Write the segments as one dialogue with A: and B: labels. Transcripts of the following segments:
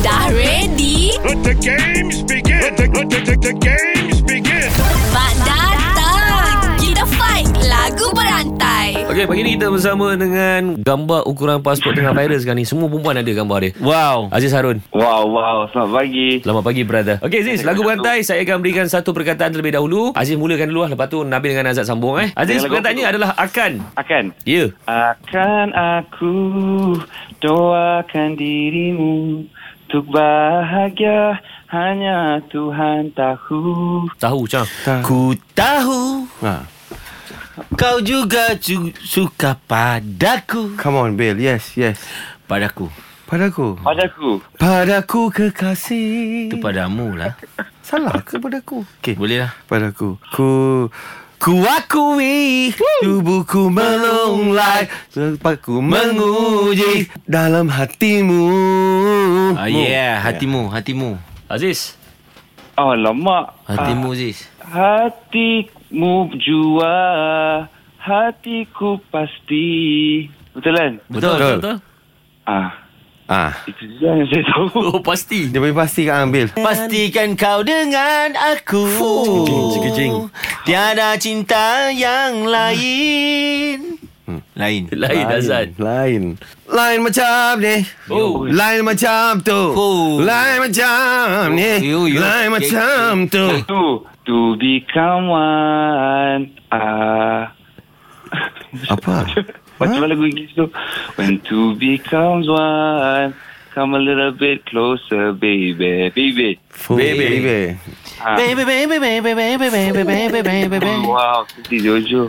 A: Dah ready?
B: Let the games begin. Let the, let the, the, the games begin.
A: Mak datang! Kita fight lagu berantai.
C: Okey, pagi ni kita bersama dengan gambar ukuran pasport tengah viral sekarang ni. Semua perempuan ada gambar dia. Wow. Aziz Harun.
D: Wow, wow. Selamat pagi.
C: Selamat pagi, brother. Okey, Aziz. Lagu berantai, saya akan berikan satu perkataan terlebih dahulu. Aziz mulakan dulu lah. Lepas tu Nabil dengan Azad sambung eh. Aziz,
D: Dengan lagu
C: perkataannya
D: apa
C: adalah akan.
D: Akan.
C: Ya.
D: Akan aku doakan dirimu untuk bahagia hanya Tuhan tahu.
C: Tahu, Cang.
E: Ku tahu
F: Ha.
E: kau juga cu- suka padaku.
F: Come on, Bill. Yes, yes.
E: Padaku.
F: Padaku.
D: Padaku.
F: Padaku kekasih.
E: Itu padamu lah.
F: Salah ke padaku? Okay.
E: Boleh lah.
F: Padaku. Ku... Ku akui tubuhku melonglai Sepakku menguji dalam hatimu
E: Ah, yeah, hatimu, hatimu.
C: Ya. Aziz.
D: Oh, lama.
E: Hatimu Ziz.
D: Ah, Hatimu jua, hatiku pasti. Betul kan?
C: Betul, betul. betul.
D: Ah,
F: Ah,
D: itu je yang saya tahu.
C: Oh, pasti.
F: Dia boleh pasti kan ambil
E: Pastikan kau dengan aku
F: Cik, cik, cik.
E: Tiada cinta yang lain Lain
C: Lain, Azad.
F: Lain Lain macam ni
C: Oh.
F: Lain macam tu
E: Oh.
F: Lain macam ni
E: Yo, yo.
F: Lain
E: Okay.
F: macam tu
D: Tu, to become one. Ah,
F: Apa?
D: Macam mana lagu Inggeris tu When two becomes one Come a little bit closer baby Baby
F: Baby. Baby.
D: ha.
E: Baby, baby, baby, baby, baby, baby, baby, baby
D: Wow Siti Jojo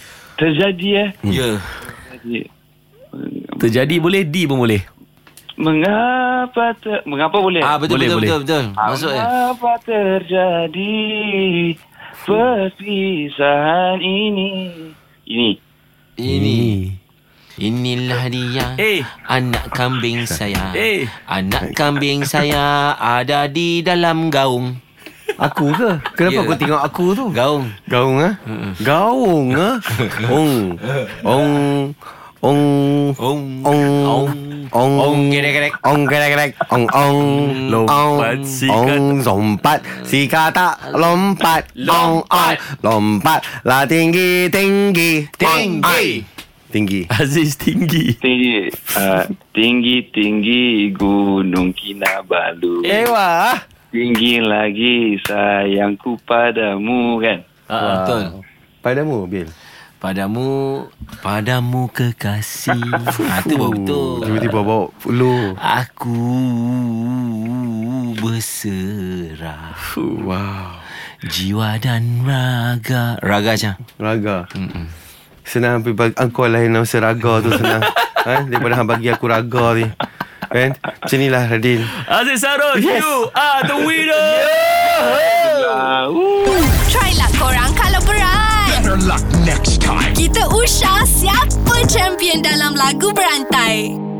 D: Terjadi eh
E: Ya
D: Terjadi.
C: Terjadi boleh, di pun boleh.
D: Mengapa ter... Mengapa boleh
E: Ah betul
C: Boleh,
E: betul
C: boleh.
E: betul betul Masuk eh
D: Mengapa terjadi Perpisahan ini Ini
E: Ini Inilah dia
C: Eh.
E: Anak kambing saya
C: Eh.
E: Anak kambing saya Ada di dalam gaung
F: Aku ke? Kenapa
E: Ya.
F: kau tengok aku tu?
E: Gaung
F: Gaung ah. Gaung ah. Ong. Ong. Ong. Ong.
E: Ong
F: Ong.
E: Ong gerek-gerek.
F: Ong gerek-gerek. Ong ong.
C: Lompat
F: Ong.
C: si kata.
F: Ong zompat si kata lompat. Ong ong. Lompat lah tinggi tinggi. Ong,
E: Tinggi.
F: ong. Tinggi.
C: Aziz tinggi.
D: Tinggi uh, Tinggi-tinggi Gunung Kinabalu
C: Eh.
F: Ewa.
D: Tinggi lagi sayangku padamu kan.
C: Ah,
E: Betul
F: Padamu Bil.
E: Padamu Padamu kekasih ha, Itu baru betul
F: Tiba-tiba bawa lu.
E: Aku berserah
F: Wow.
E: Jiwa dan raga Raga macam
F: Raga. Senang pergi bagi Engkau lain nama seraga tu senang ha? Daripada hang bagi aku raga ni Kan Macam ni lah Radin
C: Aziz Harun, yes. oh, you are the winner.
A: Try lah korang kalau berat.
B: Better luck next time.
A: Kita usah siapa champion dalam lagu berantai.